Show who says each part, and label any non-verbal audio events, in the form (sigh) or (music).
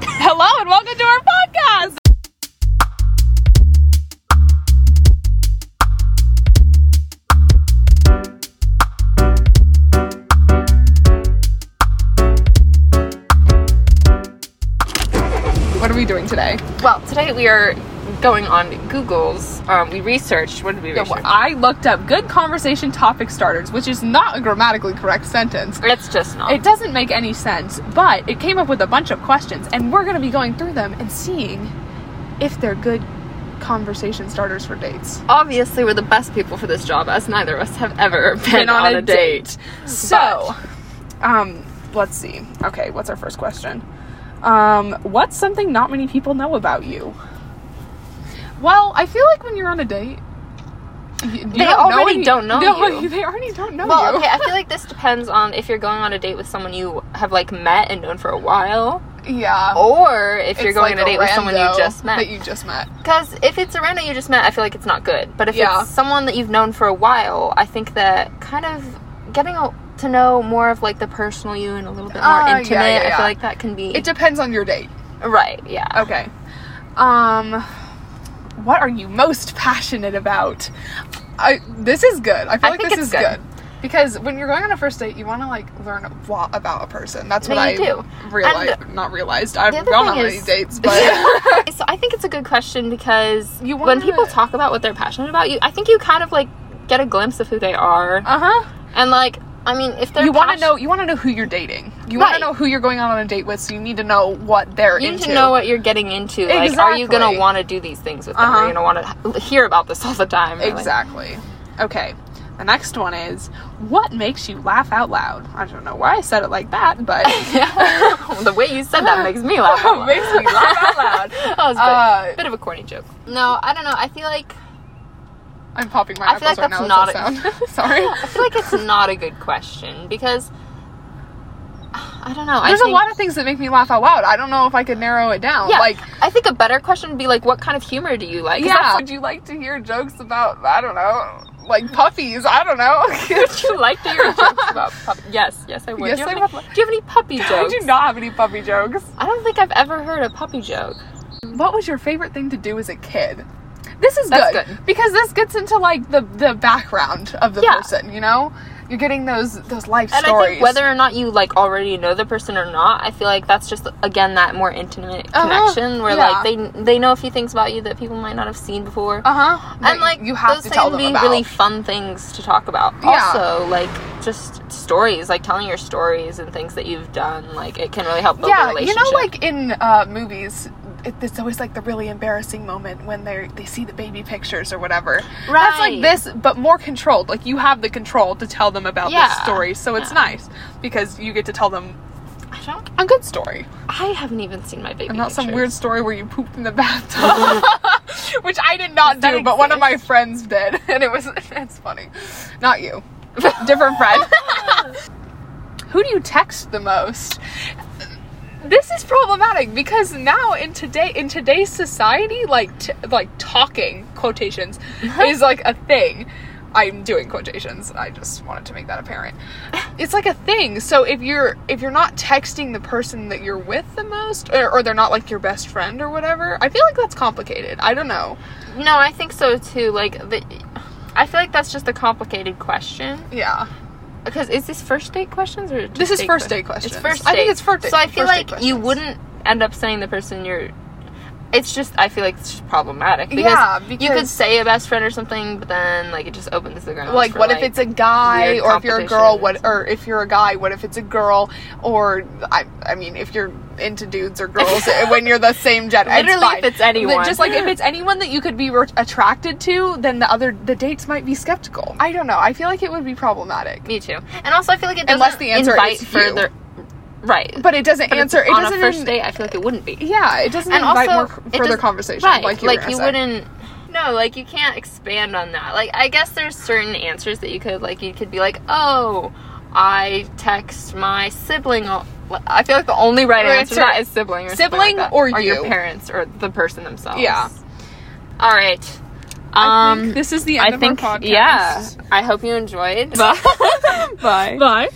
Speaker 1: and welcome to our podcast. What are we doing today?
Speaker 2: Well, today we are going on Google's. Um, we researched. What did we
Speaker 1: Yeah,
Speaker 2: research?
Speaker 1: well, I looked up good conversation topic starters, which is not a grammatically correct sentence.
Speaker 2: it's just not.
Speaker 1: It doesn't make any sense, but it came up with a bunch of questions, and we're going to be going through them and seeing if they're good conversation starters for dates.
Speaker 2: Obviously, we're the best people for this job, as neither of us have ever (laughs) been, on, a, date.
Speaker 1: So, um, let's see. Okay, what's our first question? Um, what's something not many people know about you? Well, I feel like when you're on a date, y- you
Speaker 2: They
Speaker 1: don't know
Speaker 2: already
Speaker 1: any-
Speaker 2: don't know
Speaker 1: no, (laughs)
Speaker 2: you.
Speaker 1: They already don't know
Speaker 2: Well,
Speaker 1: you.
Speaker 2: okay. I feel like this depends on if you're going on a date with someone you have like met and known for a while,
Speaker 1: yeah.
Speaker 2: or if Oh, you're
Speaker 1: It's like
Speaker 2: going on a date with someone you
Speaker 1: rando
Speaker 2: just
Speaker 1: That
Speaker 2: met.
Speaker 1: you just met.
Speaker 2: Because if it's a rando you just met, I feel like it's not good. But if
Speaker 1: Yeah.
Speaker 2: it's someone that you've known for a while, I think that kind of getting a, to know more of like the personal you and a little bit more
Speaker 1: Ah, yeah,
Speaker 2: intimate.
Speaker 1: yeah,
Speaker 2: I
Speaker 1: yeah.
Speaker 2: feel like that can be
Speaker 1: It depends on your date.
Speaker 2: right. Yeah.
Speaker 1: Okay. Um, what are you most passionate about? I this is good. I feel
Speaker 2: I
Speaker 1: like
Speaker 2: think
Speaker 1: this
Speaker 2: it's
Speaker 1: is good.
Speaker 2: good.
Speaker 1: because when you're going on a first date, you want to like learn a lot about a person. That's
Speaker 2: No,
Speaker 1: what I
Speaker 2: you do.
Speaker 1: realized. Not realized. I've
Speaker 2: The other
Speaker 1: gone on
Speaker 2: thing
Speaker 1: many
Speaker 2: is-
Speaker 1: dates,
Speaker 2: (laughs)
Speaker 1: but
Speaker 2: so I think it's a good question because
Speaker 1: You
Speaker 2: when
Speaker 1: wanna-
Speaker 2: people talk about what they're passionate about, you I think you kind of like get a glimpse of who they are,
Speaker 1: uh huh.
Speaker 2: and like I mean, if they're
Speaker 1: You want to
Speaker 2: passion-
Speaker 1: know. You want to know who you're dating. You want
Speaker 2: Right.
Speaker 1: to know who you're going on a date with. So you need to know what they're
Speaker 2: you need
Speaker 1: into.
Speaker 2: to know what you're getting into. Like, are you
Speaker 1: Exactly. Uh-huh.
Speaker 2: gonna want to do these things with them? Are you gonna want to hear about this all the time? or, like-
Speaker 1: Exactly. Okay. The next one is what makes you laugh out loud. I don't know why I said it like that, but
Speaker 2: (laughs) the way you said that makes me laugh. out
Speaker 1: (laughs)
Speaker 2: loud.
Speaker 1: Makes me laugh out loud.
Speaker 2: (laughs) that was a
Speaker 1: Uh,
Speaker 2: bit, bit of a corny joke. No, I don't know. I feel like
Speaker 1: (laughs) I'm popping my
Speaker 2: I feel
Speaker 1: eyeballs
Speaker 2: like
Speaker 1: right
Speaker 2: that's
Speaker 1: now. with
Speaker 2: not
Speaker 1: that
Speaker 2: (laughs)
Speaker 1: sound. (laughs) Sorry.
Speaker 2: I feel like it's not a good question because I don't know. I
Speaker 1: There's a
Speaker 2: think-
Speaker 1: lot of things that make me laugh out loud. I don't know if I could narrow it down.
Speaker 2: Yeah,
Speaker 1: Like,
Speaker 2: I think a better question would be like, what kind of humor do you like? 'Cause
Speaker 1: yeah.
Speaker 2: that's
Speaker 1: Would you like to hear jokes about I don't know, like puppies? I don't
Speaker 2: (laughs)
Speaker 1: know. (laughs)
Speaker 2: what (laughs) you like to hear jokes about puppies. Yes, yes, I would.
Speaker 1: Yes,
Speaker 2: do, you
Speaker 1: I
Speaker 2: have
Speaker 1: would
Speaker 2: any, do you have any
Speaker 1: (laughs)
Speaker 2: puppy
Speaker 1: I
Speaker 2: jokes?
Speaker 1: do not have any puppy jokes.
Speaker 2: I don't think I've ever heard a puppy joke.
Speaker 1: What was your favorite thing to do as a kid? This is
Speaker 2: That's
Speaker 1: good,
Speaker 2: good.
Speaker 1: because this gets into like the the background of the
Speaker 2: Yeah.
Speaker 1: person. You know, you're getting those those life
Speaker 2: And
Speaker 1: stories.
Speaker 2: I think whether or not you like already know the person or not, I feel like that's just again that more intimate
Speaker 1: Uh-huh,
Speaker 2: connection where
Speaker 1: yeah.
Speaker 2: like they they know a few things about you that people might not have seen before.
Speaker 1: uh huh,
Speaker 2: and like
Speaker 1: you have
Speaker 2: those
Speaker 1: to tell
Speaker 2: can
Speaker 1: them
Speaker 2: be
Speaker 1: about.
Speaker 2: really fun things to talk about.
Speaker 1: Yeah.
Speaker 2: Also, like just stories, like telling your stories and things that you've done, like it can really help build a
Speaker 1: yeah, you
Speaker 2: relationship.
Speaker 1: know, like in uh, movies, it, it's always like the really embarrassing moment when they they see the baby pictures or whatever. That's like
Speaker 2: Right.
Speaker 1: this, but more controlled. Like you have the control to tell them about
Speaker 2: Yeah.
Speaker 1: this story, so it's
Speaker 2: Yeah.
Speaker 1: nice because you get to tell them
Speaker 2: I don't.
Speaker 1: a good story
Speaker 2: I haven't even seen my baby.
Speaker 1: and not some
Speaker 2: pictures.
Speaker 1: weird story where you pooped
Speaker 2: (laughs)
Speaker 1: in the bathtub. (laughs) Which I did not
Speaker 2: Does
Speaker 1: do,
Speaker 2: that
Speaker 1: but one of my
Speaker 2: exist?
Speaker 1: friends did, (laughs) and it was it's funny. Not you, (laughs) different friend. Who do you text the most? This is problematic because now in today in today's society, like t- like talking quotations is like a thing. I'm doing quotations. I just wanted to make that apparent. It's like a thing. So if you're if you're not texting the person that you're with the most, or, or they're not like your best friend or whatever, I feel like that's complicated. I don't know.
Speaker 2: No, I think so too. Like the. I feel like that's just a complicated question
Speaker 1: Yeah.
Speaker 2: because is this first date questions or just
Speaker 1: This is first
Speaker 2: que-
Speaker 1: date questions.
Speaker 2: It's first.
Speaker 1: I think
Speaker 2: date.
Speaker 1: it's first date-
Speaker 2: So I feel
Speaker 1: first date
Speaker 2: like you
Speaker 1: questions.
Speaker 2: wouldn't end up saying the person you're. It's just I feel like it's just problematic because,
Speaker 1: Yeah,
Speaker 2: you could
Speaker 1: because-
Speaker 2: say a best friend or something, but then like it just opens the ground.
Speaker 1: like
Speaker 2: for,
Speaker 1: what if it's a guy
Speaker 2: weird
Speaker 1: or if you're a girl what
Speaker 2: competitions.
Speaker 1: or if you're a guy what if it's a girl or i, I mean if you're into dudes or
Speaker 2: (laughs)
Speaker 1: girls when you're the same gender
Speaker 2: Literally, if
Speaker 1: fine.
Speaker 2: it's anyone.
Speaker 1: just like if
Speaker 2: (laughs)
Speaker 1: it's anyone that you could be re- attracted to then the other the dates might be skeptical i don't know i feel like it would be problematic
Speaker 2: me too, and also I feel like it doesn't
Speaker 1: Unless the answer
Speaker 2: invite
Speaker 1: is you.
Speaker 2: further. Right,
Speaker 1: but it doesn't
Speaker 2: it's
Speaker 1: answer it
Speaker 2: on
Speaker 1: doesn't
Speaker 2: a first
Speaker 1: in-
Speaker 2: date. I feel like it wouldn't be.
Speaker 1: yeah it doesn't
Speaker 2: and
Speaker 1: invite
Speaker 2: also
Speaker 1: more
Speaker 2: it
Speaker 1: further
Speaker 2: does-
Speaker 1: conversation
Speaker 2: right
Speaker 1: like you, were gonna say.
Speaker 2: wouldn't no like you can't expand on that like i guess there's certain answers that you could like you could be like oh i text my sibling all- i feel like the only right
Speaker 1: Or
Speaker 2: answer to
Speaker 1: answer-
Speaker 2: that is sibling or something
Speaker 1: sibling
Speaker 2: like that.
Speaker 1: or you.
Speaker 2: your parents or the person themselves
Speaker 1: Yeah.
Speaker 2: all right
Speaker 1: I
Speaker 2: um
Speaker 1: think this is the end
Speaker 2: I
Speaker 1: of
Speaker 2: think
Speaker 1: our podcast
Speaker 2: yeah i hope you enjoyed
Speaker 1: bye
Speaker 2: bye